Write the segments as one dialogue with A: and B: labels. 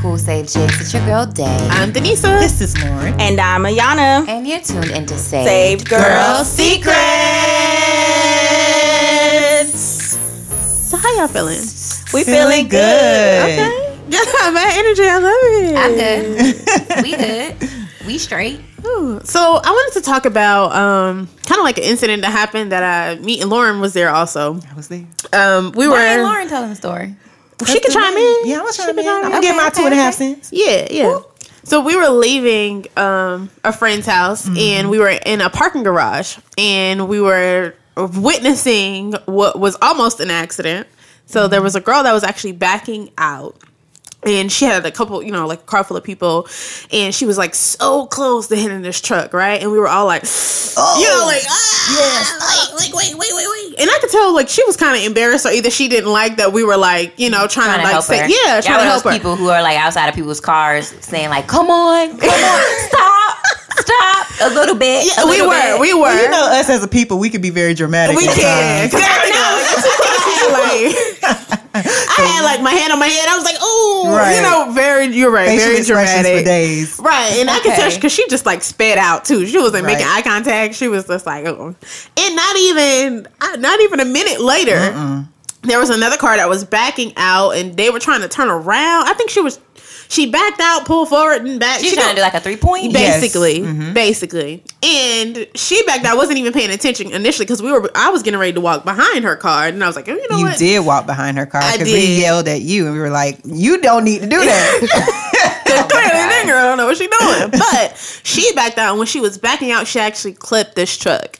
A: Cool Save Chicks. It's your girl Day,
B: I'm Denisa. This is Lauren.
C: And I'm Ayana.
A: and you're tuned into Save.
C: Saved
B: Girl
C: Girls.
B: Secrets.
C: So how y'all feeling? We
B: Feeling
C: feeling,
B: good.
C: Okay. Yeah, my energy. I love it.
A: I'm good. we good. We straight.
C: Ooh. So I wanted to talk about um, kind of like an incident that happened that I me and Lauren was there also.
B: I was there.
C: Um, we
A: Why ain't
C: were
A: Lauren telling the story?
C: Um, she could chime in.
B: Yeah, I was
C: She
B: trying
C: could
B: to be.
C: chime
B: I'm gonna
C: in.
B: get
A: Okay,
B: my
A: okay,
B: two and a half
A: okay.
B: cents.
C: Yeah, yeah. So we were leaving um, a friend's house
A: Mm-hmm.
C: and we were in a parking garage and we were witnessing what was almost an accident. So there
A: Mm-hmm.
C: was a girl that was actually backing out and she had a couple, you know, like a car full of people and she was like so close to hitting this truck, right? And we were all like,
A: Oh.
C: you know, like, ah!
B: Yes.
C: Like, like, wait, wait, wait, wait. And I could tell, like, she was kind of embarrassed, or either she didn't like that we were, like, you know, trying,
A: Trying
C: to,
A: to
C: like,
A: help
C: say,
A: her.
C: yeah,
A: Y'all
C: trying to
A: know
C: help
A: those
C: her.
A: people who are like outside of people's cars saying like, "Come on, come on, stop, stop, a little bit."
C: Yeah,
A: a
C: we
A: little
C: were,
A: bit."
C: we were.
B: Well, you know, us as a people, we can be very dramatic.
C: We
B: at
C: can.
B: times.
C: Cause I know. like, I had like my hand on my head. I was like, oh,
B: Right.
C: you know, very. You're right.
B: Facial
C: very
B: expressions
C: dramatic.
B: for days.
C: Right, and I could tell
A: Okay.
C: because she just like sped out too. She wasn't
B: Right.
C: making eye contact. She was just like, oh. and not even uh, not even a minute later, there was another car that was backing out, and they were trying to turn around. I think she was she backed out, pulled forward, and back.
A: She's
C: She
A: trying
C: got-
A: to do like a three point.
B: Yeah. Yes.
C: basically
A: Mm-hmm.
C: basically and she back I wasn't even paying attention initially because we were i was getting ready to walk behind her car and i was like oh, you know
B: You
C: what
B: did walk behind her car
C: I
B: because
C: did.
B: we yelled at you and we were like, "You don't need to do that."
C: clearly that girl don't know what she doing but she backed out and when she was backing out she actually clipped this truck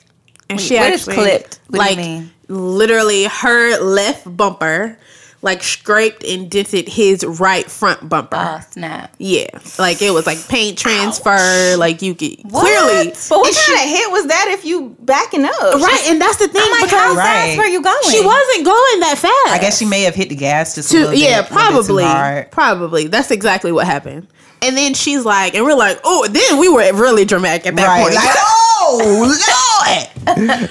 C: and she
A: what is
C: actually
A: clipped? What do you
C: like
A: mean?
C: literally her left bumper like scraped and dented his right front bumper
A: Oh snap!
C: yeah like it was like paint transfer like you could
A: What?
C: clearly
D: But what
C: And she-
D: kind of hit was that if you backing up?
C: right and that's the thing
A: Oh
D: I'm like,
C: because
D: how
B: Right.
D: fast were you going?
C: She wasn't going that fast.
B: I guess she may have hit the gas just a
C: To,
B: little bit,
C: yeah,
B: a little bit too
C: probably,
B: hard.
C: probably. That's exactly what happened. And then she's like, and we're like, oh. Then we were really dramatic at that
B: Right.
C: point.
B: Like, oh Lord.
C: we're all like,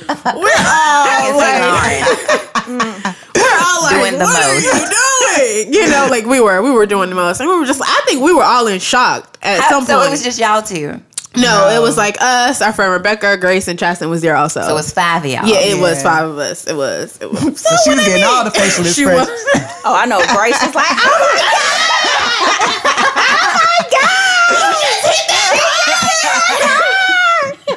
C: we're all like,
A: Doing the
C: what
A: most."
C: are you doing? You know, like we were, we were doing the most, and we were just. I think we were all in shock at
A: Uh,
C: some
A: so
C: point.
A: it was just y'all two.
C: no, it was like us, our friend Rebecca, Grace, and Chaston was there also.
A: So it was five of y'all.
C: yeah, it was
B: Yeah.
C: five of us. It was. It was.
B: So she was getting all the facial
C: She was-
B: expressions.
D: Oh, I know. Grace was like, oh,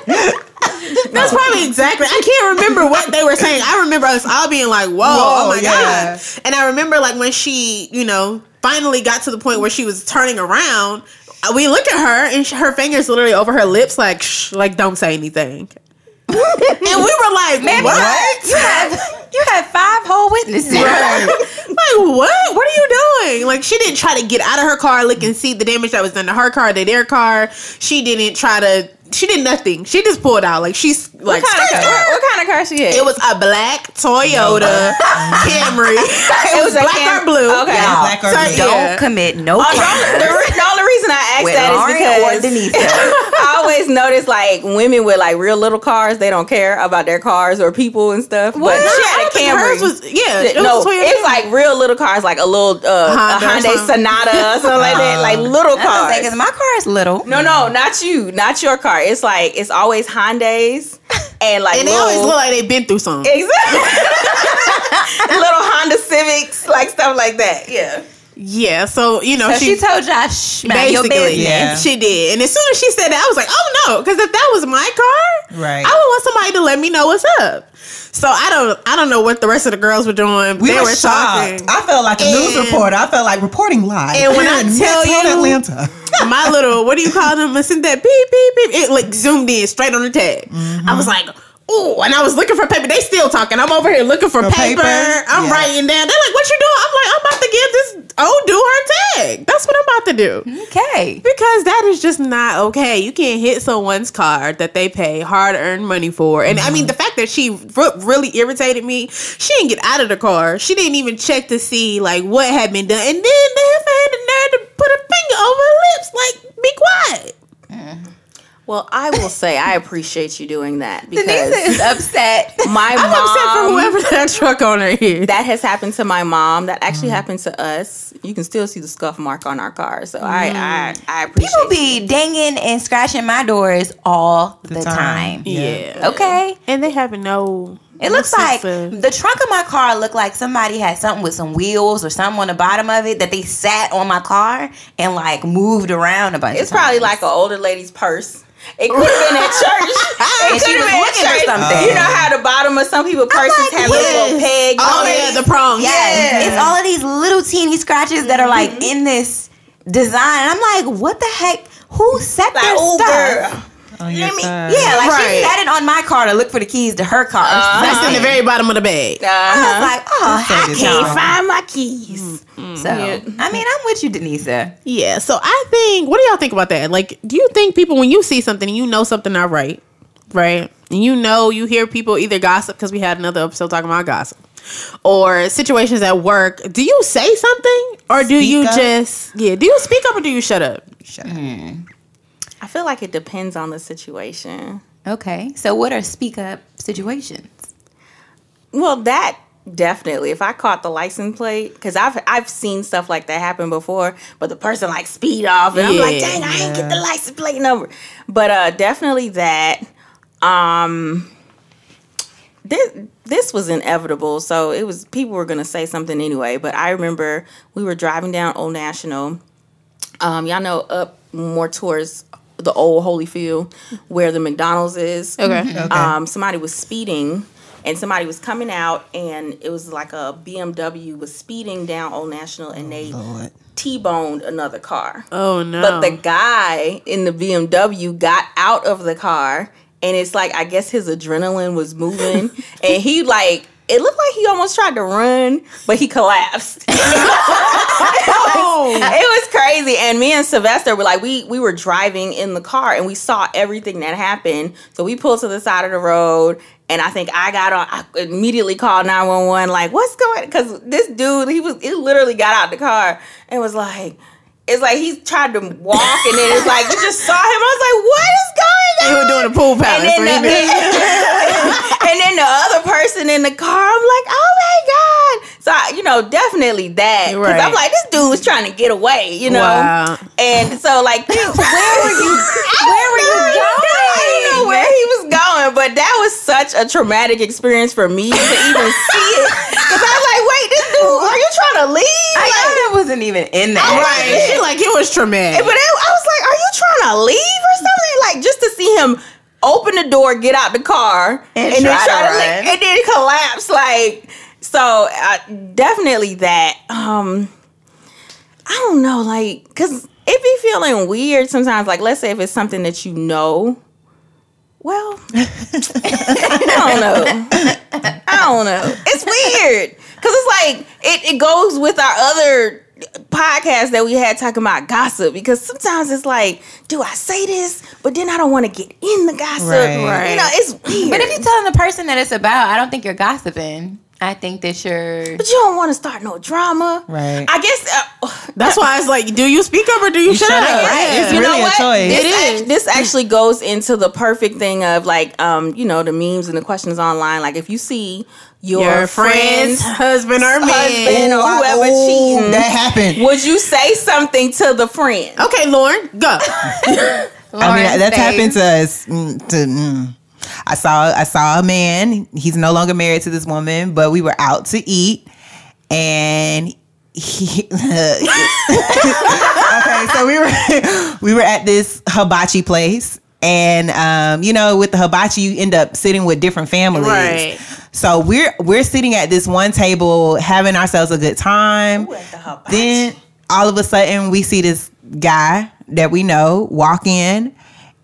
C: That's probably exactly. I can't remember what they were saying. I remember us all being like, "Whoa, oh
B: Whoa,
C: my
B: yeah.
C: god!" And I remember like when she, you know, finally got to the point where she was turning around. We look at her and sh her fingers literally over her lips, like, Shh, like don't say anything. and we were like,
A: Maybe
C: "What?
B: What?
A: You had you had five whole witnesses.
C: Like what? What are you doing? Like she didn't try to get out of her car, look and see the damage that was done to her car, to their car. She didn't try to. She did nothing. She just pulled out. Like she's like.
D: what kind of car? What, what kind of car she had?
C: It was a black Toyota Camry. it was
D: a
C: black
D: Cam-
C: or blue.
D: Okay.
A: Y'all,
B: Black or
C: so-
B: blue.
A: Don't
C: Yeah.
A: commit no
D: The only- the,
A: crime
D: re- the only reason I asked
A: with
D: that
A: Lauren or
D: is because
A: Denise.
D: I always notice like women with like real little cars, they don't care about their cars or people and stuff. But
C: I
D: she had
C: don't
D: a
C: think
D: Camry.
C: Hers was, yeah, it was
D: no,
C: a Toyota.
D: it's like real little cars, like a little
C: Honda
D: uh,
C: or
D: a Hyundai
C: something.
D: Sonata or something like that,
C: Uh,
D: like little
A: I don't
D: cars.
A: think my car is little.
D: No, no, not you, not your car. It's like it's always Hyundai's and like
C: and they
D: little,
C: always look like they've been through something.
D: exactly little Honda Civics, like stuff like that. Yeah,
C: yeah, so you know
A: So
C: she.
A: she told y'all, shh, man, your
C: Basically,
A: business.
B: Yeah.
C: she did. And as soon as she said that, I was like, "Oh no!" Because if that was my car,
B: Right.
C: I would want somebody to let me know what's up. So I don't, I don't know what the rest of the girls were doing.
B: We
C: they
B: were,
C: were,
B: shocked.
C: talking.
B: I felt like a
C: And-
B: news reporter. I felt like reporting live.
C: And when
B: Here
C: I
B: in
C: tell
B: Midtown
C: you-
B: Atlanta.
C: my little what do you call them? I sent that beep beep beep. It like zoomed in straight on the tag. I was like, ooh, and I was looking for paper. They still talking. I'm over here looking for,
B: For
C: paper.
B: paper?
C: I'm
B: Yeah.
C: writing down. They're like, what you doing? I'm like, I'm about to give this old dude her tag. That's what I'm about to do.
A: Okay.
C: Because that is just not okay. You can't hit someone's car that they pay hard earned money for. And I mean, the fact that she r- really irritated me, she didn't get out of the car. She didn't even check to see like what had been done. And then the heifer had the nerve to put a finger over her lips, like, be quiet.
D: Well, I will say I appreciate you doing that
A: Denise is
D: because
A: upset.
D: my mom.
C: Except for whoever that truck owner is.
D: that has happened to my mom. That actually happened to us. You can still see the scuff mark on our car. So I, I, I appreciate.
A: People be dinging and scratching my doors all the, time.
B: time.
C: yeah.
A: Okay.
C: And they have no.
A: It looks like
C: sense
A: the trunk of my car looked like somebody had something with some wheels or something on the bottom of it that they sat on my car and like moved around a bunch.
D: It's
A: of times.
D: probably like an older lady's purse. It could have been at church.
A: And
D: It
A: she
D: could have
A: was
D: been at
A: looking for
D: church.
A: something.
D: You know how the bottom of some people's purses
A: like,
D: have a little
A: yes.
D: peg.
C: Oh,
D: on it?
C: yeah, the prong.
A: yes. It's all of these little teeny scratches that are like
D: Mm-hmm.
A: in this design. I'm like, what the heck? Who set
D: Like,
A: their
D: oh,
A: stuff?
D: girl.
B: On
A: You know
B: your
A: what I mean?
B: side.
A: Yeah, like she uh-huh.
C: Right.
A: sat it on my car to look for the keys to her car.
C: That's in the very bottom of the
A: I
C: bag.
A: was
D: Uh-huh. Mm.
A: like, oh,
B: That
A: I
B: is
A: can't
B: wrong.
A: find.
D: my keys.
A: So, I mean, I'm with you, Denisa.
C: Yeah. So I think, what do y'all think about that? Like, do you think people, when you see something and you know something not right, right? And you know, you hear people either gossip because we had another episode talking about gossip or situations at work. Do you say something or do
B: Speak
C: you
B: up.
C: just, yeah, do you speak up or do you shut up?
B: Shut up.
D: I feel like it depends on the situation.
A: Okay. So, what are speak up situations?
D: Well, that definitely. If I caught the license plate, because I've I've seen stuff like that happen before, but the person like speed off, and I'm like,
C: Yeah.
D: dang, I ain't get the license plate number. But uh, definitely that. Um, this this was inevitable, so it was people were gonna say something anyway. But I remember we were driving down Old National. Um, y'all know up more towards the old Holyfield where the McDonald's is.
C: Okay.
B: Okay.
D: Um, somebody was speeding and somebody was coming out and it was like a BMW was speeding down Old National and they
B: Lord.
D: T-boned another car.
C: Oh, no.
D: But the guy in the BMW got out of the car and it's like I guess his adrenaline was moving and he like it looked like he almost tried to run, but he collapsed.
C: oh.
D: it was crazy. And me and Sylvester were like, we we were driving in the car and we saw everything that happened. So we pulled to the side of the road, and I think I got on. I immediately called nine one one. Like, what's going? Because this dude, he was he literally got out the car and was like. It's like he tried to walk, and then it's like you just saw him. I was like, "What is going
C: You
D: on?"
C: were doing a pool
D: And
C: palace.
D: then, the, and then the other person in the car, I'm like, oh my God. So, I, you know, definitely that. 'Cause
C: Right.
D: I'm like, this dude was trying to get away, you know?
C: Wow.
D: And so, like, where were you? Where
A: were you
D: I didn't know where he was going, but that was such a traumatic experience for me to even see it. Because I was like, wait, this dude, are you trying to leave?
A: I,
D: Like,
A: I wasn't even in that.
C: right. She like, it was traumatic.
D: but it, I was like, are you trying to leave or something? Like just to see him open the door, get out the car,
A: And try to run.
D: leave, and then collapse. Like so, I, definitely that. Um, I don't know, like, cause it be feeling weird sometimes. Like, let's say if it's something that you know. Well, I don't know. I don't know. It's weird because it's like it, it goes with our other podcast that we had talking about gossip because sometimes it's like, do I say this? But then I don't want to get in the gossip.
B: Right.
D: You
C: Right.
D: know, it's weird.
A: But if you're telling the person that it's about, I don't think you're gossiping. I think that you're.
D: But you don't want to start no drama.
B: Right.
D: I guess. Uh,
C: That's why it's like, do you speak up or do you, shut,
B: shut
C: up?
B: up.
C: Right.
B: It's
D: You know
B: really a
D: what?
B: choice.
D: This
C: It
D: act-
C: is.
D: this actually goes into the perfect thing of like, um, you know, the memes and the questions online. Like, if you see your,
C: Your
D: friends,
C: friend's husband or man.
D: husband or whoever cheating,
B: That happened.
D: would you say something to the friend?
C: Okay, Lauren, go.
B: I mean,
A: Lauren's
B: that's
A: face.
B: happened to us. mm, To, mm. I saw I saw a man. He's no longer married to this woman, but we were out to eat, and he. okay, so we were we were at this hibachi place, and um, you know, with the hibachi, you end up sitting with different families.
C: Right.
B: So we're we're sitting at this one table, having ourselves a good time. Then all of a sudden, we see this guy that we know walk in,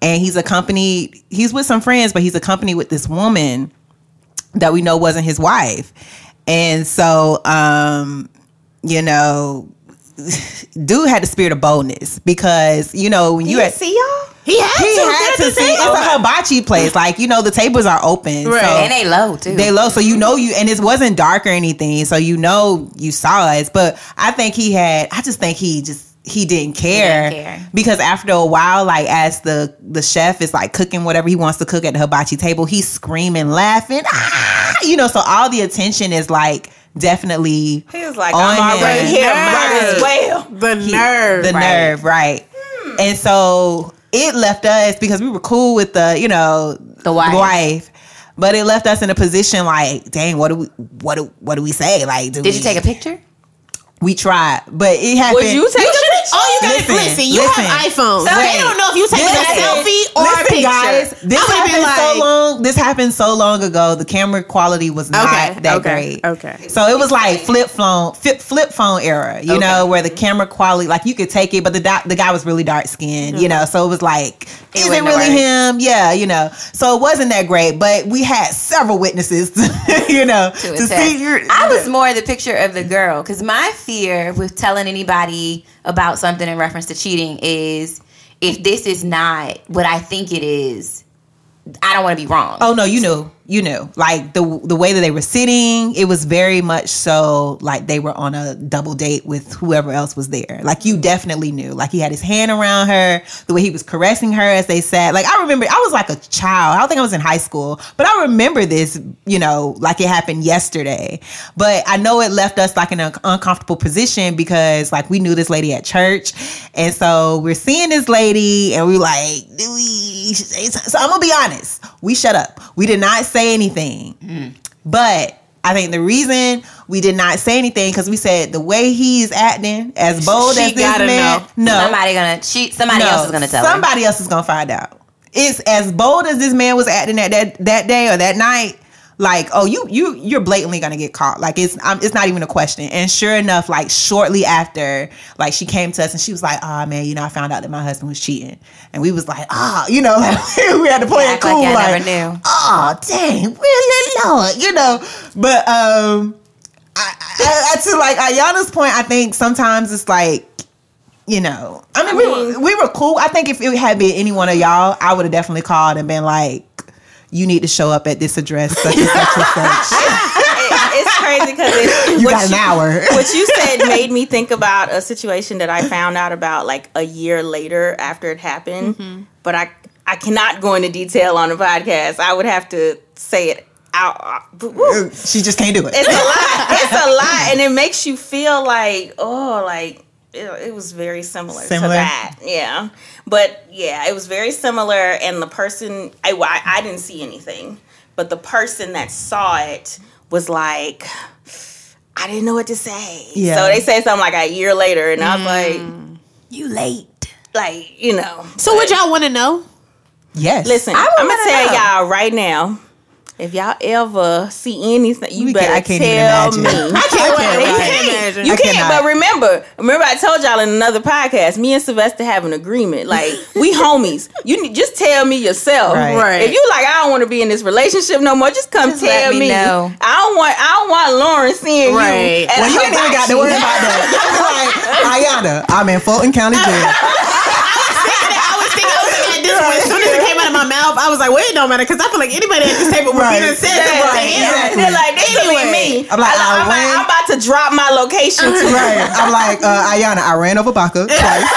B: and he's accompanied. He's with some friends, but he's accompanied with this woman that we know wasn't his wife. And so, um, you know, dude had the spirit of boldness because you know when you
D: You
B: at
D: see y'all?
C: He had
B: he
C: to.
B: had to see it's a hibachi place, like you know the tables are open,
C: Right.
B: so
A: And they low too.
B: they low so you know you and it wasn't dark or anything so you know you saw us but i think he had i just think he just he didn't care,
A: He didn't care.
B: because after a while, like as the the chef is like cooking whatever he wants to cook at the hibachi table, he's screaming, laughing, ah! you know. So all the attention is like definitely
D: He was like,
B: On
D: I'm already
B: him.
D: here. Might
C: Right.
D: as well.
C: The nerve.
B: the
A: Right. Hmm.
B: nerve, right? And so it left us because we were cool with the, you know,
A: The wife.
B: but it left us in a position like, dang, what do we, what do, what do we say? Like, do
A: Did
B: we,
A: you take a picture?
B: We tried, but it happened.
D: Would you take a picture?
C: Oh, you got
B: Listen,
C: listen, listen. You
B: listen.
C: have iPhones.
B: So
C: So
B: Wait.
C: they don't know if you taking
B: Listen.
C: a selfie or
B: Listen,
C: a picture. Oh,
B: guys, this
C: I would've
B: happened
C: been like,
B: so long. This happened so long ago. The camera quality was not
C: Okay,
B: that
C: okay,
B: great.
C: okay.
B: so it was like flip phone, flip, flip phone era. You know, where the camera quality, like you could take it, but the doc, the guy was really dark skinned
C: Mm-hmm.
B: You know, so it was like, is it
A: wouldn't
B: really
A: work.
B: him? Yeah, you know. So it wasn't that great, but we had several witnesses. you know, to,
A: to attest.
B: see your.
A: I was more the picture of the girl because my fear with telling anybody about something in reference to cheating is if this is not what I think it is, I don't want to be wrong.
B: Oh no, you knew, you knew. Like the the way that they were sitting, it was very much so like they were on a double date with whoever else was there. Like you definitely knew. Like he had his hand around her, the way he was caressing her as they sat. Like I remember, I was like a child. I don't think I was in high school, but I remember this. You know, like it happened yesterday. But I know it left us like in an uncomfortable position because like we knew this lady at church, and so we're seeing this lady, and we like, do we? So I'm gonna be honest. We shut up. We did not say anything.
C: Mm-hmm.
B: But I think the reason we did not say anything because we said the way he's acting, as bold
A: Oh,
C: She
B: as this
C: gotta
B: man, no,
A: somebody gonna cheat. Somebody
B: no,
A: else is gonna tell. her.
B: somebody else is gonna find out. It's as bold as this man was acting at that that day or that night. Like, oh, you you you're blatantly gonna get caught. Like, it's um, it's not even a question. And sure enough, like shortly after, like she came to us and she was like, "Ah, man, you know, I found out that my husband was cheating," and we was like, "Ah, you know, like we had to play it
A: Act like
B: cool."
A: y'all
B: like,
A: never knew.
B: oh dang, really Lord, you know. But um I, I, I to like Ayana's point, I think sometimes it's like, you know, I mean, we, were, we were cool. I think if it had been any one of y'all, I would have definitely called and been like, you need to show up at this address, such and such and such.
D: It- it's crazy because it,
B: You
D: what
B: got an hour.
D: what you said made me think about a situation that I found out about like a year later after it happened. But I I cannot go into detail on the podcast. I would have to say it out. uh, Woo.
B: she just can't do it.
D: It's a lot. It's a lot, and it makes you feel like oh, like it, it was very similar,
B: Similar.
D: to that. Yeah, but yeah, it was very similar, and the person I well, I, I didn't see anything, but the person that saw it was like. I didn't know what to say.
B: Yeah. Mm.
D: So they say something like a year later, and I'm like,
A: you late.
D: like you know.
C: so would y'all want to know?
B: Yes.
D: Listen,
A: I would
D: I'm
A: wanna
D: gonna tell
A: know.
D: y'all right now. If y'all ever see anything, you
B: We
D: better
B: can't- I can't even
D: tell
B: imagine.
D: me.
B: I can't,
C: You
B: imagine.
C: can't imagine.
D: You
B: I
D: can't,
B: cannot.
D: but remember, remember I told y'all in another podcast, me and Sylvester have an agreement. Like we homies. You need- just tell me yourself.
B: Right.
C: Right.
D: If you like, I don't want to be in this relationship no more. Just come
A: Just let
D: tell
A: me
D: me.
A: know.
D: I don't want. I don't want Lauren seeing
C: Right.
D: you. at
B: Well, you
D: a
B: ain't even got
D: hibachi.
B: to worry about that. Y'all be like, Ayana, I'm in Fulton County Jail.
C: I was thinking, I was looking at this one. As soon as it came out of my mouth, I was like, "Wait, it don't matter," because I feel like anybody at this table would
B: Right.
C: be upset
D: Yeah,
C: if it was to him.
D: yeah.
B: Exactly.
D: They're like, they
C: Anyway.
D: anyway, me.
B: I'm like, I
D: I'm, like,
B: ran-
D: I'm about to drop my location. To
B: Right. I'm like, uh, Ayana, I ran over Baka twice.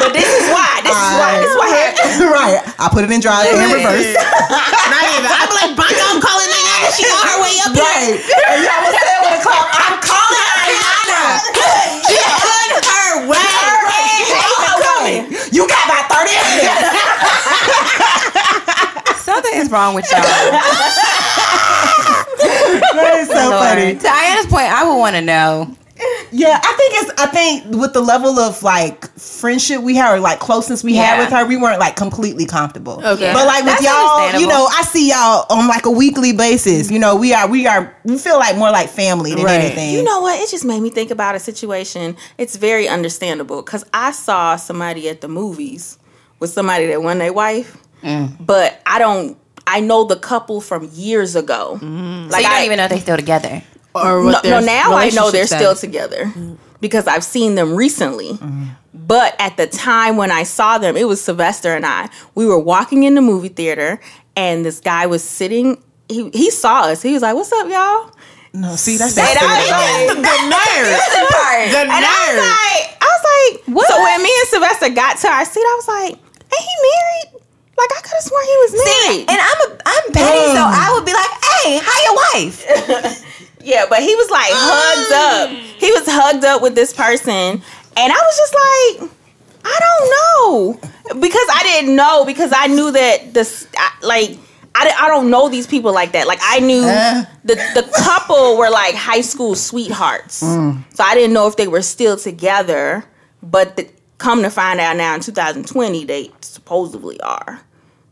D: But this is why. This is why. This is what happened.
B: right. I put it in drive and in reverse.
C: Not even. I'm like, Bongo, I'm calling that out. She on her way up
B: Right.
C: here.
B: And y'all was there with a clock. I'm calling Ayana.
C: She on her way.
B: I'm coming. You got about 30 minutes.
A: Something is wrong with y'all.
B: That is so
A: Lord. To Diana's point, I would want to know.
B: Yeah, I think it's I think with the level of like friendship we had or like closeness we had
A: Yeah.
B: with her, we weren't like completely comfortable.
C: Okay.
B: But like with
A: That's
B: y'all, you
A: understandable.
B: know, I see y'all on like a weekly basis. You know, we are we are we feel like more like family than
C: Right.
B: anything.
D: You know what? It just made me think about a situation. It's very understandable because I saw somebody at the movies with somebody that won their wife,
A: Mm.
D: but I don't. I know the couple from years ago.
A: Mm. So you
D: I,
A: don't even know if they're still together.
C: Or
D: No, no, now I know they're still
C: together.
D: together because I've seen them recently.
A: Mm.
D: But at the time when I saw them, it was Sylvester and I. We were walking in the movie theater, and this guy was sitting. He he saw us. He was like, "What's up, y'all?"
B: No, see, that's
A: Say
B: that.
D: that
B: Like,
D: again.
C: The nerve.
D: The
A: part.
C: The
D: And I was
C: nerve.
D: like, I was like, so when me and Sylvester got to our seat, I was like, ain't he married? Like I could have sworn he was
A: See,
D: married.
A: and I'm a, I'm petty, so
B: Mm.
A: I would be like, "Hey, how your wife?"
D: yeah, but he was like hugged up. He was hugged up with this person, and I was just like, I don't know because I didn't know because I knew that this I, like. I, di- I don't know these people like that. Like I knew
B: Uh.
D: the the couple were like high school sweethearts, so I didn't know if they were still together. But the, come to find out now in 2020, they supposedly are.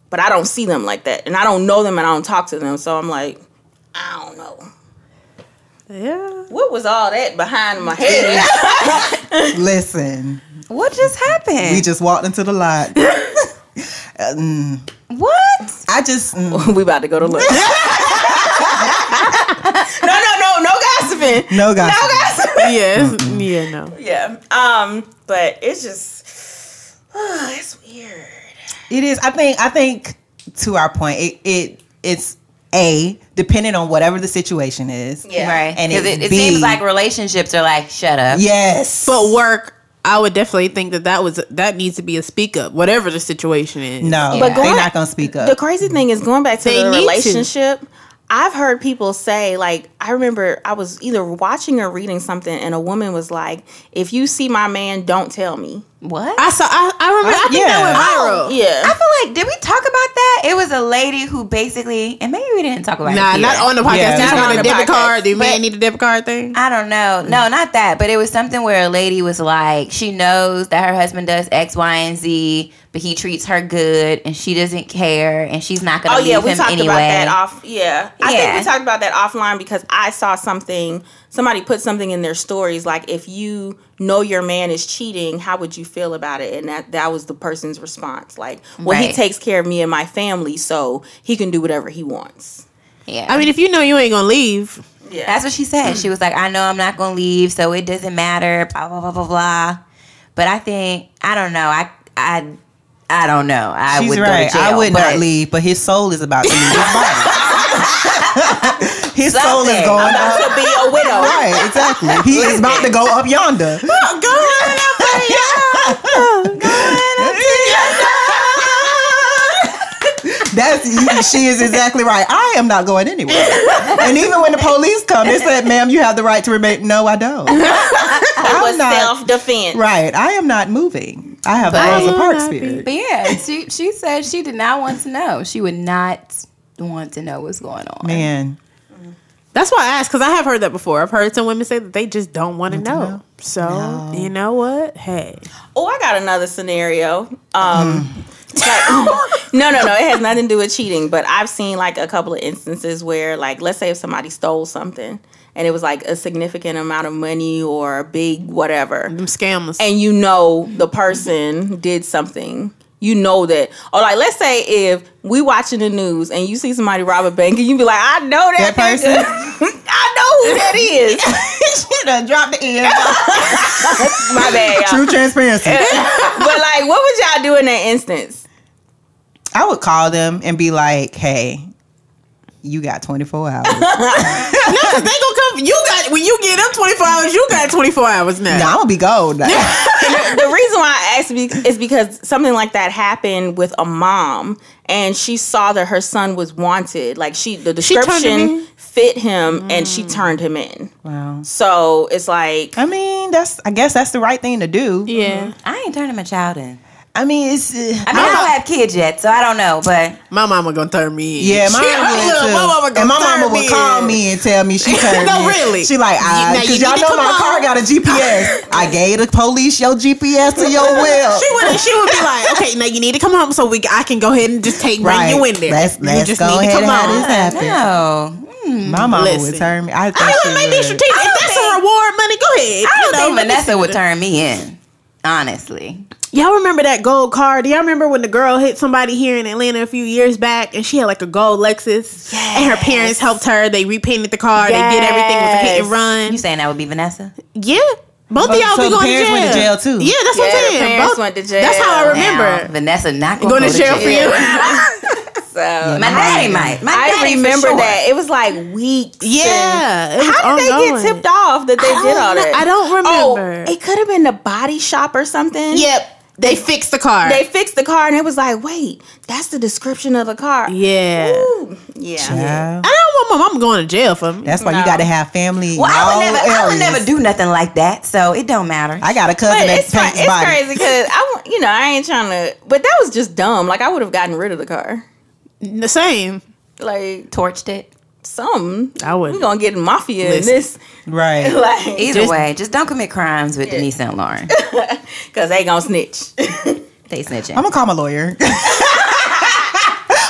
D: But I don't see them like that, and I don't know them, and I don't talk to them. So I'm like, I don't know.
C: Yeah.
D: What was all that behind my head?
B: Listen,
A: What just happened?
B: we just walked into the lot.
A: what?
B: I just mm,
D: we about to go to look. no, no, no, no gossiping.
B: no guys.
D: No gossiping.
C: Yes. Yeah. No.
D: Yeah. Um, but it's just it's weird.
B: It is. I think. I think to our point, it, it it's a dependent on whatever the situation is.
D: Yeah.
A: Right,
B: And
A: 'Cause
B: it's
A: it, it
B: B.
A: seems like relationships are like, "Shut up."
B: Yes.
C: But work, I would definitely think that that was that needs to be a speak up, whatever the situation is.
B: no,
A: But
B: they're
D: going-
B: not gonna speak up.
D: The crazy thing is going back to
C: They
D: the
C: need to.
D: relationship. I've heard people say, like, I remember I was either watching or reading something, and a woman was like, If you see my man, don't tell me.
A: What?
C: I saw. I, I remember. I think
B: Yeah.
C: that went viral.
A: I
D: Oh, Yeah.
A: feel like did we talk about that? It was a lady who basically, and maybe we didn't talk about
C: Nah,
A: it.
C: not
A: here.
C: on the podcast.
B: Yeah.
C: That's
B: Not
C: on,
D: on
C: the
D: the
C: debit
D: podcast.
C: card. Do you
A: But-
C: man need a debit card thing?
A: I don't know. No, not that. But it was something where a lady was like, she knows that her husband does X, Y, and Z, but he treats her good, and she doesn't care, and she's not going
D: Oh
A: to
D: yeah,
A: leave
D: we
A: him
D: talked
A: anyway.
D: about that off. Yeah, I think
A: Yeah.
D: we talked about that offline because I saw something. Somebody put something in their stories like, if you know your man is cheating, how would you feel about it? And that that was the person's response. Like, well, he
A: Right.
D: takes care of me and my family, so he can do whatever he wants.
A: yeah,
C: I mean, if you know you ain't gonna leave,
D: Yeah,
A: that's what she said. She was like, I know I'm not going to leave, so it doesn't matter. Blah blah blah blah blah. But I think I don't know. I I I don't know. I
B: She's
A: would
B: right.
A: go to jail.
B: I would
A: but-
B: not leave, but his soul is about to leave his body. his soul
A: Something.
B: is going
D: I'm
B: up.
D: gonna be a widow.
B: Right, exactly. He is about to go up yonder. That's she is exactly right. I am not going anywhere. And even when the police come, they said, "Ma'am, you have the right to remain." No, I don't.
D: That was
B: I'm not-
D: self defense.
B: Right, I am not moving. I have
A: But-
B: a Rosa
C: I'm
B: Parks
C: happy.
B: spirit.
A: But yeah, she she said she did not want to know. She would not want to know what's going on.
B: Man,
C: that's why I asked because I have heard that before. I've heard some women say that they just don't want to know. So you know what? Hey,
D: Oh, I got another scenario. Um, like- no, no, no. It has nothing to do with cheating, but I've seen like a couple of instances where, like, let's say if somebody stole something and it was like a significant amount of money or a big whatever,
C: them scammers.
D: and you know the person did something. You know that, or like, let's say if we watching the news and you see somebody rob a bank, and you be like, "I know that,
B: That person?
D: nigga. I know who that is."
B: she done dropped the end.
D: My bad, y'all.
B: True transparency.
D: But like, what would y'all do in that instance?
B: I would call them and be like, "Hey, you got 24 hours."
C: Cause they gonna come. You got when you get up twenty four hours. You got twenty four hours now.
B: No, I'm gonna be gold. Like,
D: the reason why I asked be- is because something like that happened with a mom, and she saw that her son was wanted. Like she, the
C: She turned him
D: description
C: in? Mm.
D: fit him, and she turned him in.
B: wow.
D: So it's like
B: I mean, that's. I guess that's the right thing to do.
C: Yeah,
A: I ain't turning my child in.
B: I mean,
A: I
B: it's. uh,
A: mean, I don't have kids yet, so I don't know. But
C: my mama gonna turn me. in.
B: yeah, my
C: She-
B: mama would
C: look,
B: too.
C: my mama gonna
B: and my mama
C: turn
B: would
C: me
B: call
C: in.
B: me and tell me she turned
C: No,
B: me in.
C: really?
B: She like,
C: now
B: I
C: you
B: because y'all
C: need to
B: know
C: come on.
B: my car got a GPS. I gave the police your GPS to your will.
C: She would. She would be like, okay, now you need to come home so we. I can go ahead and just take bring
B: right,
C: you in there.
B: Let's,
C: You
B: let's
C: just
B: go
C: need to
B: ahead
C: come
B: and have
C: on.
B: this happen.
A: no, Hmm.
B: My mama
C: Listen.
B: would turn me. I think
C: I
B: she
C: would make these
B: would.
C: strategic. If that's a reward money, go ahead.
A: I don't
C: You know,
A: think
C: let me see
A: Vanessa would
C: that.
A: turn me in. Honestly,
C: Y'all remember that gold car? Do y'all remember when the girl hit somebody here in Atlanta a few years back and she had like a gold Lexus and her parents helped her. They repainted the car. They did everything. It was a hit and
D: Yes.
C: run.
A: you saying that would be Vanessa?
C: Yeah. Both of
B: Oh,
C: y'all
B: so
C: be
B: the
C: going to
B: parents
C: jail.
B: went to jail, too.
C: Yeah, that's what
D: Yeah,
C: I'm
D: the
C: saying.
D: parents
C: Both-
D: went to jail.
C: That's how I
A: Now,
C: remember.
A: Vanessa not going
C: Going
A: go
C: to jail for you.
D: So my
A: My daddy might. My
D: I
A: daddy for
D: remember
A: sure.
D: that it was like weeks.
C: Yeah, it
D: and-
C: was
D: how did they
C: ongoing.
D: get tipped off that they
C: I
D: did
C: don't
D: all
C: know-
D: that?
C: I don't remember.
D: Oh, it could have been the body shop or something.
C: Yep. They fixed the car.
D: They fixed the car and it was like, wait, that's the description of the car.
C: yeah.
D: Ooh, yeah.
B: Child.
C: I don't want my mom going to jail for me.
B: That's why you
D: No.
B: got to have family.
A: Well, I would
B: in all
A: never. I would
B: areas.
A: never do nothing like that. So it don't matter.
B: I got a cousin
D: But
B: that
D: it's, fun,
B: paints
D: it's
B: body.
D: crazy because I, wa- you know, I ain't trying to. But that was just dumb. Like I would have gotten rid of the car.
C: the same.
D: Like
A: torched it.
D: some,
C: I wouldn't.
D: we gonna get mafia
C: Listen.
D: in this.
B: Right.
D: Like,
A: Either
C: Just-
A: way, just don't commit crimes with Denise and Lauren.
D: cause they gonna snitch.
A: They snitching.
B: I'm gonna call my lawyer.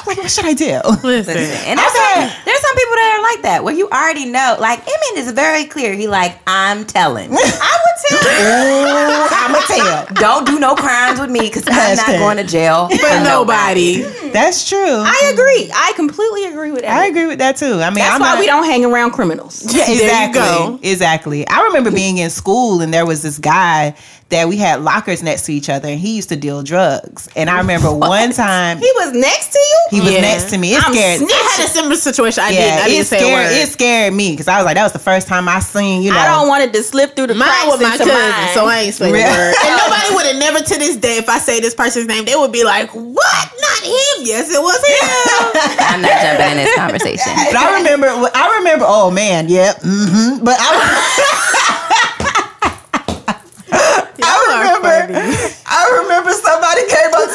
B: like, what should I do?
C: Listen.
A: and there's, some, there's some people that are like that where you already know. Like Emmett is very clear. He like I'm telling.
D: I would tell.
B: Ooh, I'ma tell.
A: don't do no crimes with me because I'm not
B: Hashtag.
A: going to jail.
C: But nobody.
B: That's true. I,
D: I agree. I completely agree with that.
B: agree with that too. I mean,
D: That's
B: I'm
D: why
B: not,
D: we don't hang around criminals.
B: Yeah,
C: There you
B: exactly.
C: go.
B: Exactly. I remember being in school and there was this guy that we had lockers next to each other and he used to deal drugs. And I remember one time
D: He was next to you.
B: he was
C: Yeah.
B: next to me. It
D: I'm
B: scared.
D: snitching.
C: I had a similar situation. I didn't.
B: yeah,
C: I didn't
B: it
C: say a
B: scared.
C: word.
B: It scared me because I was like, that was the first time I seen. You know,
D: I don't want it to slip through the
C: Mine
D: cracks
C: was my
D: into
C: cousin,
D: mine.
C: so I ain't say a
B: Really?
C: word. And nobody would have never to this day, if I say this person's name, they would be like, "What? Not him? Yes, it was him."
A: I'm not jumping in this conversation.
B: But I remember. I remember. Oh man, yep. Mm-hmm. But I,
C: Y'all are
B: I remember.
C: funny.
B: I remember somebody came up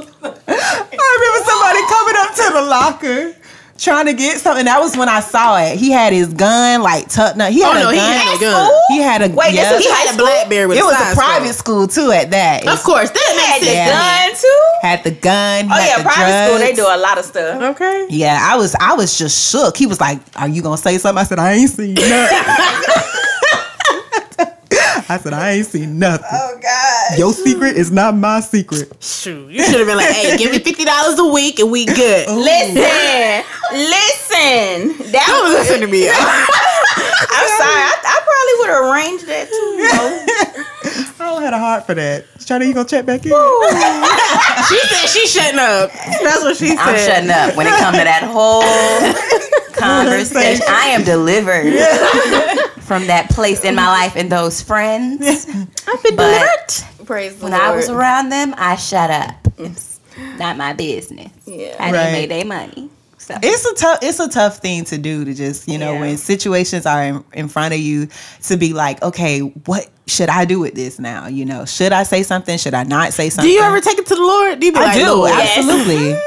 B: to the locker. I remember somebody coming up to the locker. Trying to get something. That was when I saw it. He had his gun like tucked. No, he
C: Oh
B: had a
C: no,
B: gun.
C: he had a gun.
D: School?
B: He had a
D: Wait, this
B: yeah.
D: is
C: He had a BlackBerry with
B: It
C: a
B: was
C: side
B: a private school too. At that, It
C: Of course, that
D: had
C: makes sense.
B: Yeah.
D: the gun too.
B: had the gun. he
D: Oh
B: had
D: yeah,
B: the
D: private school
B: drugs.
D: they do a lot of stuff.
C: Okay.
B: Yeah, I was I was just shook. He was like, "Are you gonna say something?" I said, "I ain't seen nothing." I said, "I ain't seen nothing."
D: Oh god.
B: Your secret is not my secret.
C: Shoot, you should have been like, "Hey, give me fifty dollars a week and we good."
D: Listen, listen. That
C: Don't
D: was.
C: listen to me.
D: I'm sorry. I, I probably would have arranged that too. You know?
B: I don't had a heart for that. Charlie, you gonna check back in?
C: she said she shutting up. That's what she said.
A: I'm shutting up when it comes to that whole conversation. I am delivered from that place in my life and those friends.
D: I've been
A: But
D: Praise the
A: when
D: Lord.
A: I was around them, I shut up. It's not my business.
D: Yeah.
A: I
B: Right.
A: didn't make their money. So
B: It's a tough it's a tough thing to do to just, you know,
D: Yeah.
B: when situations are in, in front of you to be like, okay, what should I do with this now? You know, should I say something? Should I not say
C: Do
B: something?
C: you ever take it to the Lord? Do you be
B: I
C: like,
B: do,
C: Lord?
D: Yes.
B: absolutely.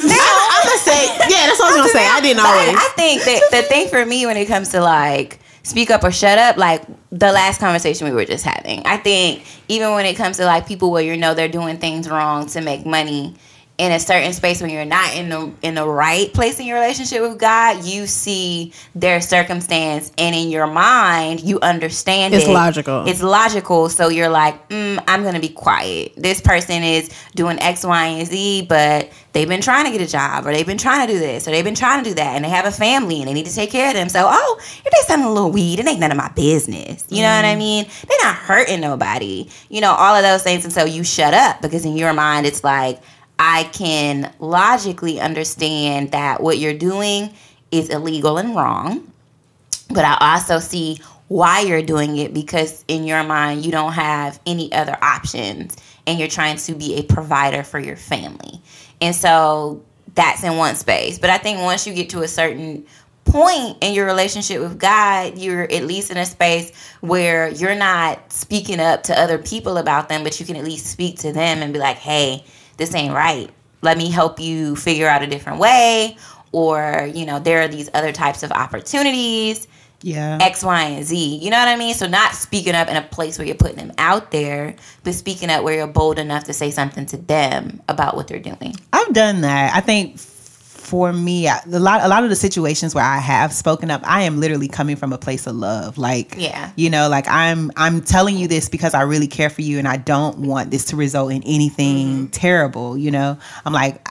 C: I'm gonna say, yeah, that's what I was gonna say. I didn't
A: But
C: always.
A: I think that the thing for me when it comes to like speak up or shut up, like the last conversation we were just having, I think even when it comes to like people where you know they're doing things wrong to make money in a certain space when you're not in the in the right place in your relationship with God, you see their circumstance and in your mind you understand
C: It's
A: it.
C: logical.
A: It's logical. So you're like, mm, I'm gonna be quiet. This person is doing X, Y, and Z, but they've been trying to get a job, or they've been trying to do this, or they've been trying to do that, and they have a family and they need to take care of them. So, oh, if they selling a little weed, it ain't none of my business. You know what
C: Mm-hmm.
A: I mean? They're not hurting nobody. You know all of those things, and so you shut up because in your mind it's like. I can logically understand that what you're doing is illegal and wrong but I also see why you're doing it because in your mind you don't have any other options and you're trying to be a provider for your family. And so that's in one space. But I think once you get to a certain point in your relationship with God, you're at least in a space where you're not speaking up to other people about them, but you can at least speak to them and be like, "Hey, this ain't right. Let me help you figure out a different way." Or, you know, there are these other types of opportunities.
B: Yeah.
A: X, Y, and Z. You know what I mean? So not speaking up in a place where you're putting them out there, but speaking up where you're bold enough to say something to them about what they're doing.
B: I've done that. I think for me, I, a lot a lot of the situations where I have spoken up, I am literally coming from a place of love. Like,
A: Yeah.
B: you know, like I'm I'm telling you this because I really care for you, and I don't want this to result in anything
A: Mm-hmm.
B: terrible. You know, I'm like,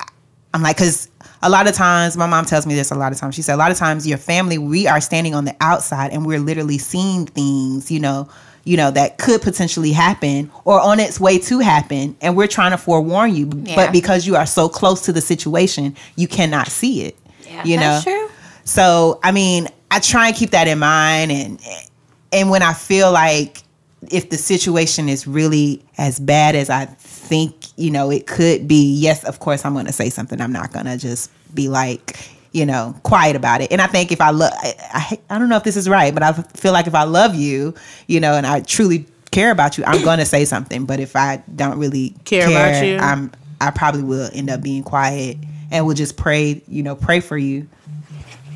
B: I'm like, because a lot of times my mom tells me this. A lot of times she said, a lot of times your family, we are standing on the outside and we're literally seeing things. You know. you know that could potentially happen or on its way to happen and we're trying to forewarn you b-
A: Yeah.
B: but because you are so close to the situation you cannot see it
A: Yeah,
B: you know
A: that's true.
B: so i mean i try and keep that in mind and and when i feel like if the situation is really as bad as i think you know it could be yes of course i'm going to say something i'm not going to just be like you know quiet about it and i think if i love I, I i don't know if this is right but i feel like if i love you you know and i truly care about you i'm going to say something but if i don't really
C: Care about you.
B: i'm i probably will end up being quiet and will just pray you know pray for you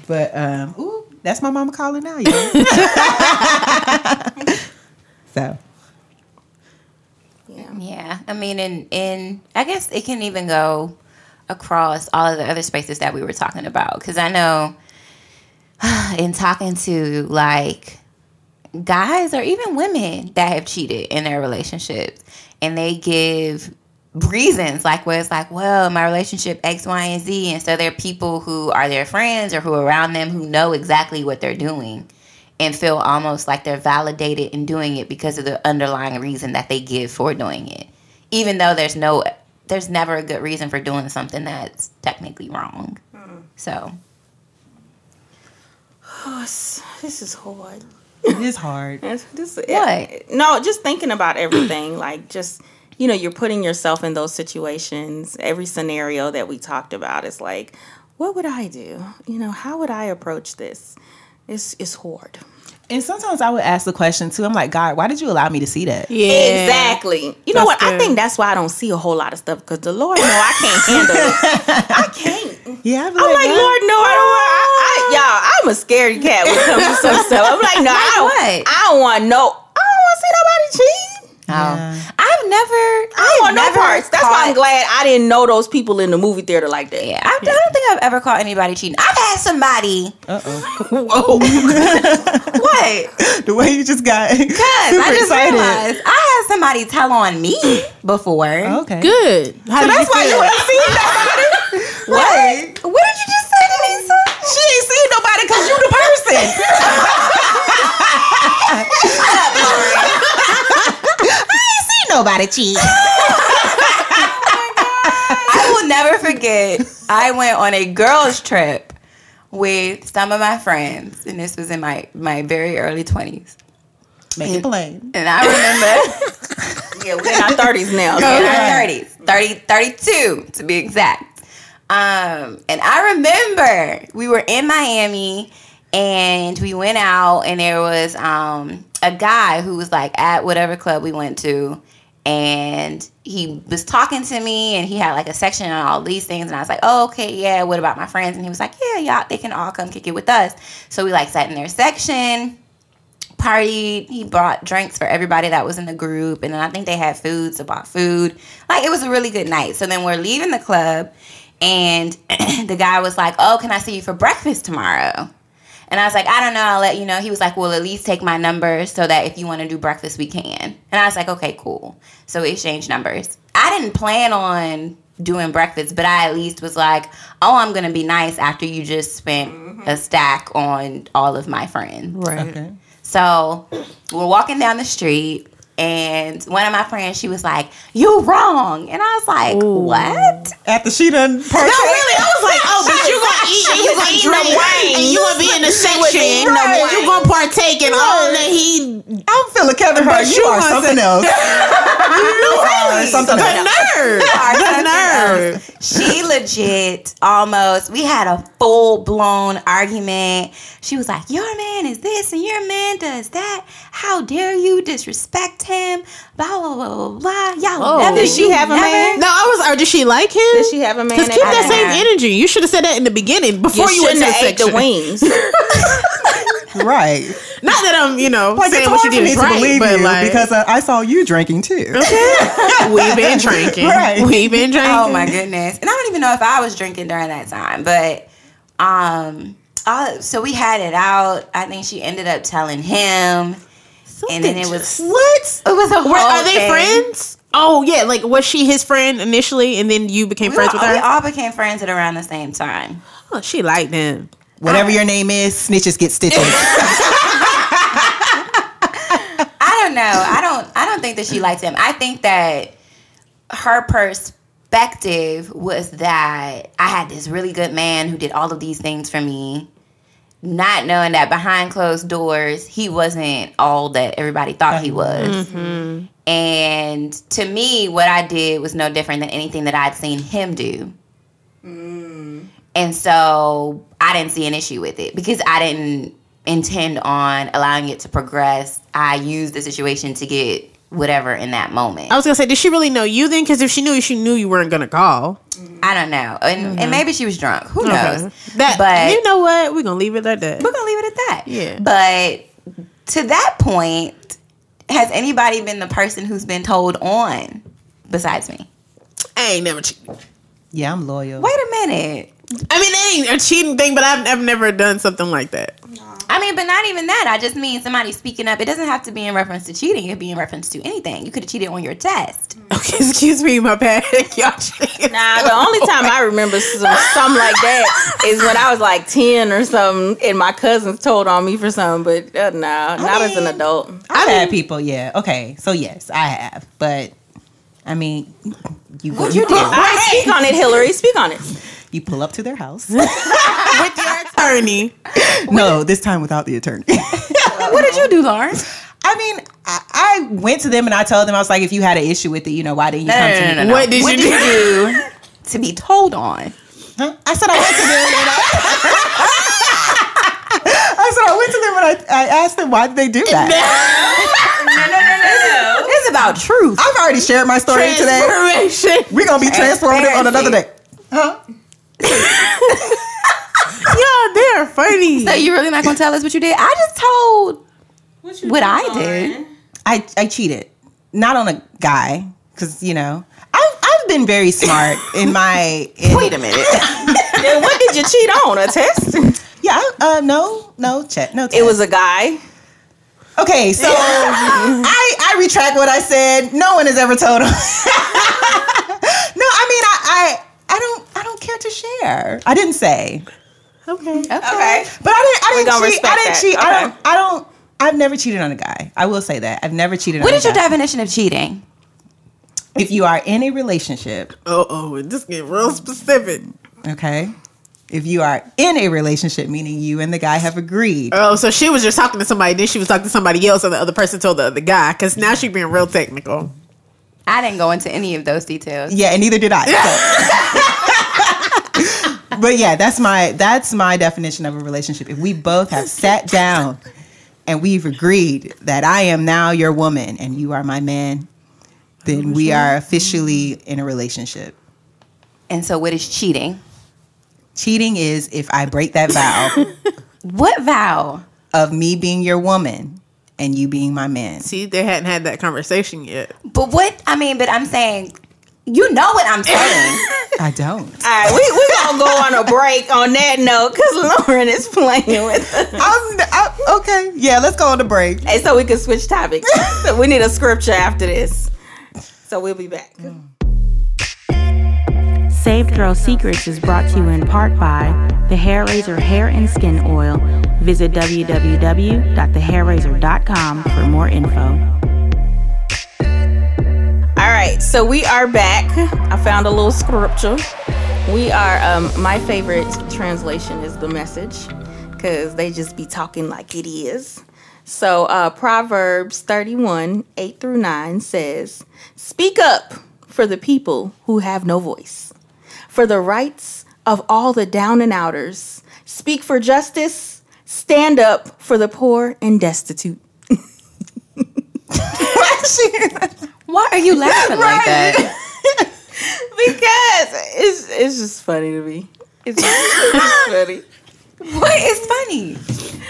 B: but um, ooh, that's my mama calling now, y'all. so
A: Um, Yeah, I mean, and and I guess it can even go across all of the other spaces that we were talking about because I know in talking to like guys or even women that have cheated in their relationships and they give reasons like where it's like well my relationship x y and z and so there are people who are their friends or who are around them who know exactly what they're doing and feel almost like they're validated in doing it because of the underlying reason that they give for doing it even though there's no there's never a good reason for doing something that's technically wrong
D: Hmm.
A: so
D: Oh, s- this is hard.
B: it is hard.
D: That's- This,
A: What?
D: No, just thinking about everything. like, just you know, you're putting yourself in those situations. Every scenario that we talked about is like, what would I do? You know, how would I approach this? It's it's hard.
B: And sometimes I would ask the question too. I'm like, God, why did you allow me to see that?
C: Yeah.
D: Exactly. You know
C: That's
D: what? I
C: good.
D: think that's why I don't see a whole lot of stuff because the Lord know I can't handle it. I can't.
B: Yeah, I'd be
D: I'm like,
B: "God."
D: Lord, no, I don't want. I, I, y'all, I'm a scary cat when it comes to some stuff. I'm like, no, I don't.
A: Like what?
D: I don't want no. I don't want to see nobody cheat.
A: Oh.
B: Yeah.
A: I've never.
D: I don't want no
A: never
D: parts. That's why I'm
A: caught-
D: glad I didn't know those people in the movie theater like that.
A: Yeah, I, I don't think I've ever caught anybody cheating. I've had somebody.
B: Uh-oh.
A: What?
B: the way you just got super
A: Cause I just
B: excited.
A: realized I had somebody tell on me before.
B: Okay,
C: Good. How so
B: that's why you
C: feel?
B: ain't seen nobody. What?
A: What did you just say, Denisa?
B: She ain't seen nobody because you the person.
A: See nobody cheat. I will never forget. I went on a girls' trip with some of my friends, and this was in my my very early twenties.
B: Make it plain.
A: And I remember.
D: Yeah, we're in our thirties now. so-
A: in our
B: ahead.
A: 30s 30 32 to be exact um and i remember we were in miami and we went out and there was um a guy who was like at whatever club we went to and he was talking to me and he had like a section on all these things and i was like oh okay yeah what about my friends and he was like yeah y'all they can all come kick it with us so we like sat in their section partied. He brought drinks for everybody that was in the group, and then I think they had food, so bought food. Like it was a really good night. So then we're leaving the club, and the guy was like, "Oh, can I see you for breakfast tomorrow?" And I was like, "I don't know. I'll let you know." He was like, "Well, at least take my number so that if you want to do breakfast, we can." And I was like, "Okay, cool." So we exchanged numbers. I didn't plan on doing breakfast, but I at least was like, "Oh, I'm gonna be nice after you just spent a stack on all of my friends."
C: Right.
B: Okay.
A: So we're walking down the street, and one of my friends, she was like, "You're wrong," and I was like, "What?"
B: After she done purchased, no,
A: I was like, "Oh,
C: But you gonna eat? You gonna eat the wine? And you gonna be in the section?
D: eating the
C: and You gonna
D: wine.
C: partake in all that he?
B: I'm feeling Kevin Hart. You, are something else. you are something
C: The
B: else.
C: nerve! The nerve!
A: she legit almost we had a full blown argument. She was like, Your man is this and your man does that. How dare you disrespect him? Blah blah blah blah blah. Y'all
C: Oh.
A: never
C: Did
D: she
A: you
D: have a
A: never-
D: man?
C: No, I was. Or did she like him?
D: Does she have a man?
C: Just
D: that
C: keep
D: I
C: that
D: don't
C: same
D: have?
C: energy. You should have said that in the beginning before you,
D: You
C: went to
D: shouldn't
C: the
D: have ate
C: section.
D: the wings.
B: Right.
C: Not that I'm, you know,
B: Like it's
C: saying what you
B: hard for
C: did
B: me
C: is right,
B: to believe
C: but
B: you
C: like
B: because uh, I saw you drinking too.
C: we've been drinking.
B: Right.
C: We've been drinking.
A: Oh my goodness. And I don't even know if I was drinking during that time, but um all, so we had it out. I think she ended up telling him. And then it was it
C: what?
A: was a whole
C: Were, are they
A: thing.
C: friends? Oh yeah, like was she his friend initially, and then you became
A: We,
C: friends
A: all,
C: with her?
A: we all became friends at around the same time.
C: oh, she liked him.
B: Whatever your name is, snitches get stitches.
A: I don't don't know. I don't. I don't think that she liked him. I think that her perspective was that I had this really good man who did all of these things for me, not knowing that behind closed doors he wasn't all that everybody thought he was. And to me, what I did was no different than anything that I'd seen him do. And so I didn't see an issue with it because I didn't intend on allowing it to progress. I used the situation to get whatever in that moment.
C: I was gonna say, did she really know you then? Because if she knew you, she knew you weren't gonna call.
A: I don't know. And, and maybe she was drunk. Who knows?
C: Mm-hmm. That,
A: but
C: you know what? We're gonna leave it at that.
A: we're going to leave it at that.
C: Yeah.
A: But to that point, has anybody been the person who's been told on besides me?
C: I ain't never cheated.
B: Yeah, I'm loyal.
A: Wait a minute.
C: I mean, that ain't a cheating thing, but I've, I've never done something like that.
A: I mean, but not even that. I just mean somebody speaking up. It doesn't have to be in reference to cheating. It could be in reference to anything. You could have cheated on your test.
C: Okay, excuse me, my bad. Y'all cheated.
D: Nah, the only time I remember some, something like that is when I was like 10 or something, and my cousins told on me for something, but uh, no, not as an
B: mean-
D: adult.
B: I've had people, yeah. Okay, so yes, I have. But I mean, you go, you,
D: All
B: do.
D: right, speak on it, Hillary. Speak on it.
B: you pull up to their house.
C: With your attorney.
B: no, this time without the attorney.
A: What did you do, Lauren?
B: I mean, I, I went to them and I told them I was like, if you had an issue with it, you know, why didn't you
A: No,
B: come
A: no,
B: to
A: no,
B: me?
A: no, no.
C: What did you do?
A: do to be told on?
B: Huh? I said I went to them. And I, I said I went to them and I, I asked them why did they do that.
A: It's about truth.
B: I've already shared my story today.
C: Transformation.
B: We're gonna be transformative on another day. Huh?
C: Y'all, they're funny.
A: So you really not gonna tell us what you did? I just told what, I did.
B: I I cheated, not on a guy, because you know I've I've been very smart in my. In,
D: Wait a minute. then what did you cheat on? A test?
B: Yeah. I, uh, no. No. Chat. No.
D: It was a guy.
B: Okay. So I I retract what I said. No one has ever told him. no. I mean I. I I don't. I don't care to share. I didn't say.
C: okay.
D: Okay.
B: But I didn't.
D: gonna
B: I didn't cheat. I
D: respect
B: didn't
D: that.
B: cheat. I
D: Okay.
B: don't. I don't. I've never cheated on a guy. I will say that. I've never cheated.
A: What
B: on
A: is
B: a
A: your
B: guy.
A: definition of cheating?
B: If you are in a relationship,
C: Oh, oh, it just get real specific.
B: okay. If you are in a relationship, meaning you and the guy have agreed.
C: Oh, so she was just talking to somebody, then she was talking to somebody else, and the other person told the other guy. Because now she being real technical.
A: I didn't go into any of those details.
B: Yeah, and neither did I. so. but yeah, that's my that's my definition of a relationship. If we both have sat down and we've agreed that I am now your woman and you are my man, then we are officially in a relationship.
A: And so, what is cheating?
B: Cheating is if I break that vow
A: What vow?
B: of me being your woman and you being my man.
C: See, they hadn't had that conversation yet.
A: But what I mean, but I'm saying, you know what I'm saying.
B: I don't.
D: All right, we we gonna go on a break on that note because Lauren is playing with us,
B: I'm, I, okay. Yeah, let's go on the break.
D: and so we can switch topics. so we need a scripture after this. So we'll be back.
E: Save Throw Secrets is brought to you in part by the Hair Razor Hair and Skin Oil. Visit www.thehairrazor.com for more info.
D: All right, so we are back. I found a little scripture. We are, um, my favorite translation is the message because they just be talking like it is. So, uh, Proverbs 31 8 through 9 says, Speak up for the people who have no voice, for the rights of all the down and outers. Speak for justice, stand up for the poor and destitute.
A: Why are you laughing like that?
D: because it's it's just funny to me. It's just funny.
A: What is funny?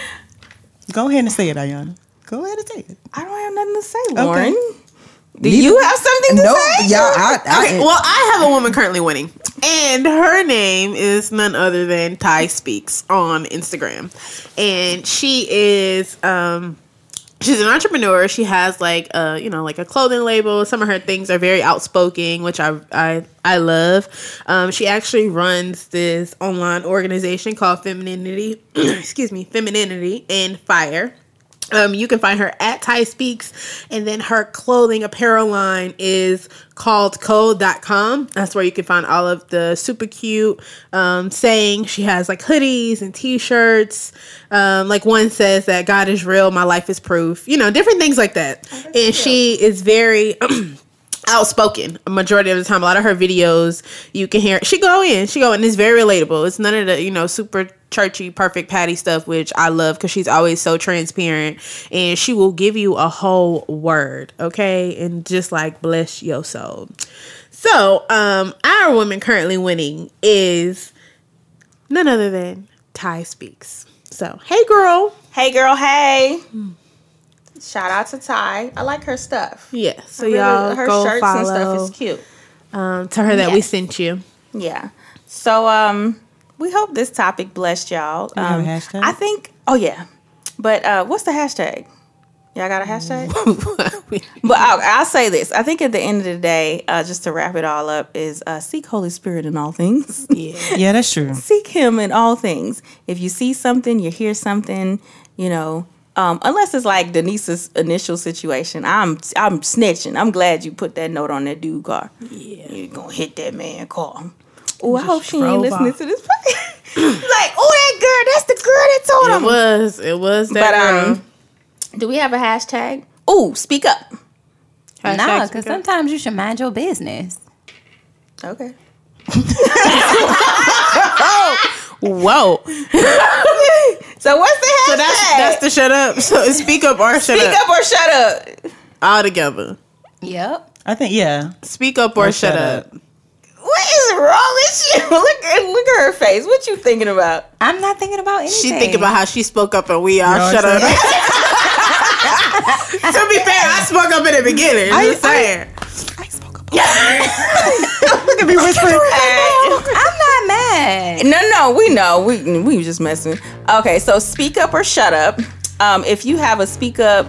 B: Go ahead and say it, Ayana. Go ahead and say it.
D: I don't have nothing to say, Lauren. Do you have something to
B: No,
D: say?
B: yeah, I, I,
C: Well, I have a woman currently winning, and her name is none other than Ty Speaks on Instagram, and she is um, she's an entrepreneur. She has like a you know like a clothing label. Some of her things are very outspoken, which I I I love. Um, she actually runs this online organization called Femininity, excuse me, Femininity and Fire Um, you can find her at Ty Speaks, and then her clothing apparel line is called code.com. That's where you can find all of the super cute um, saying. She has like hoodies and t shirts. Um, like one says that God is real, my life is proof, you know, different things like that. and she is very. outspoken a majority of the time a lot of her videos you can hear she go in she go in it's very relatable it's none of the you know super churchy perfect patty stuff which i love because she's always so transparent and she will give you a whole word okay and just like bless your soul so um our woman currently winning is none other than ty speaks so hey girl
D: Hey, girl. Hey. Shout out to Ty. I like her stuff.
C: yeah so
D: Really,
C: y'all
D: her
C: go
D: shirts and
C: follow
D: stuff is cute.
C: um to her that we sent you
D: Yeah. So um we hope this topic blessed y'all.
B: have a
D: Um,
B: hashtag?
D: I think oh yeah. But uh what's the hashtag? Y'all got a hashtag? but I'll, I'll say this. I think at the end of the day, uh, just to wrap it all up, is uh, seek Holy Spirit in all things.
B: Yeah, that's true.
D: seek Him in all things. If you see something, you hear something, you know, um, unless it's like Denise's initial situation. I'm I'm snitching. I'm glad you put that note on that dude car. Yeah, you're gonna hit that man. Call him. Oh, I hope she ain't
C: drove
D: listening
C: off.
D: to this. podcast. like, oh, that girl. That's the girl that told him.
C: It was. It was
D: But
C: that.
D: um, do we have a hashtag? Oh, speak up.
C: um,
A: Nah, because sometimes you should mind your business.
D: Okay.
C: Whoa.
D: So what's the hashtag?
C: So that's that's the shut up. So it's speak up or shut
D: speak
C: up.
D: up. or shut up.
C: All together.
A: Yep.
B: I think yeah.
C: Speak up or, shut, up.
D: What is wrong with you? look at look at her face. What you thinking about?
A: I'm not thinking about
C: She
A: anything.
C: think about how she spoke up and we all
B: No,
C: shut up.
B: it's-
C: to be fair, I spoke up in the beginning. I'm just saying.
B: Look at me whispering.
A: I'm not mad.
D: No, no, we know. We we was just messing. Okay, so speak up or shut up. Um, if you have a speak up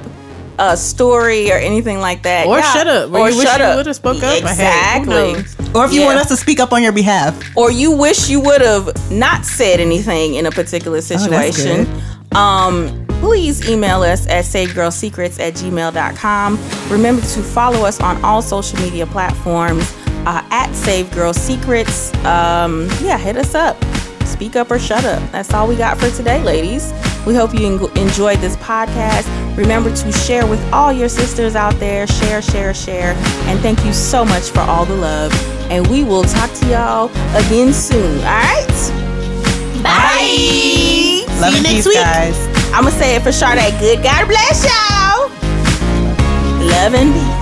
D: uh, story or anything like that,
C: Or
D: y'all-
C: shut up. Or,
D: or
C: you wish
D: shut
C: you
D: up.
C: would have spoke up. But hey, who
D: Exactly.
C: knows?
B: Or if you
D: Yeah.
B: want us to speak up on your behalf,
D: or you wish you would have not said anything in a
C: Oh,
D: particular
B: that's
D: situation um please email us at savegirlsecrets at gmail.com remember to follow us on all social media platforms uh, at save girl secrets um, yeah hit us up speak up or shut up that's all we got for today ladies we hope you en- enjoyed this podcast remember to share with all your sisters out there share share share and thank you so much for all the love and we will talk to y'all again soon all right bye.
B: love you
C: next
B: peace,
C: week.
B: guys.
D: I'm gonna say it for Sade. Good God bless y'all. Love and peace.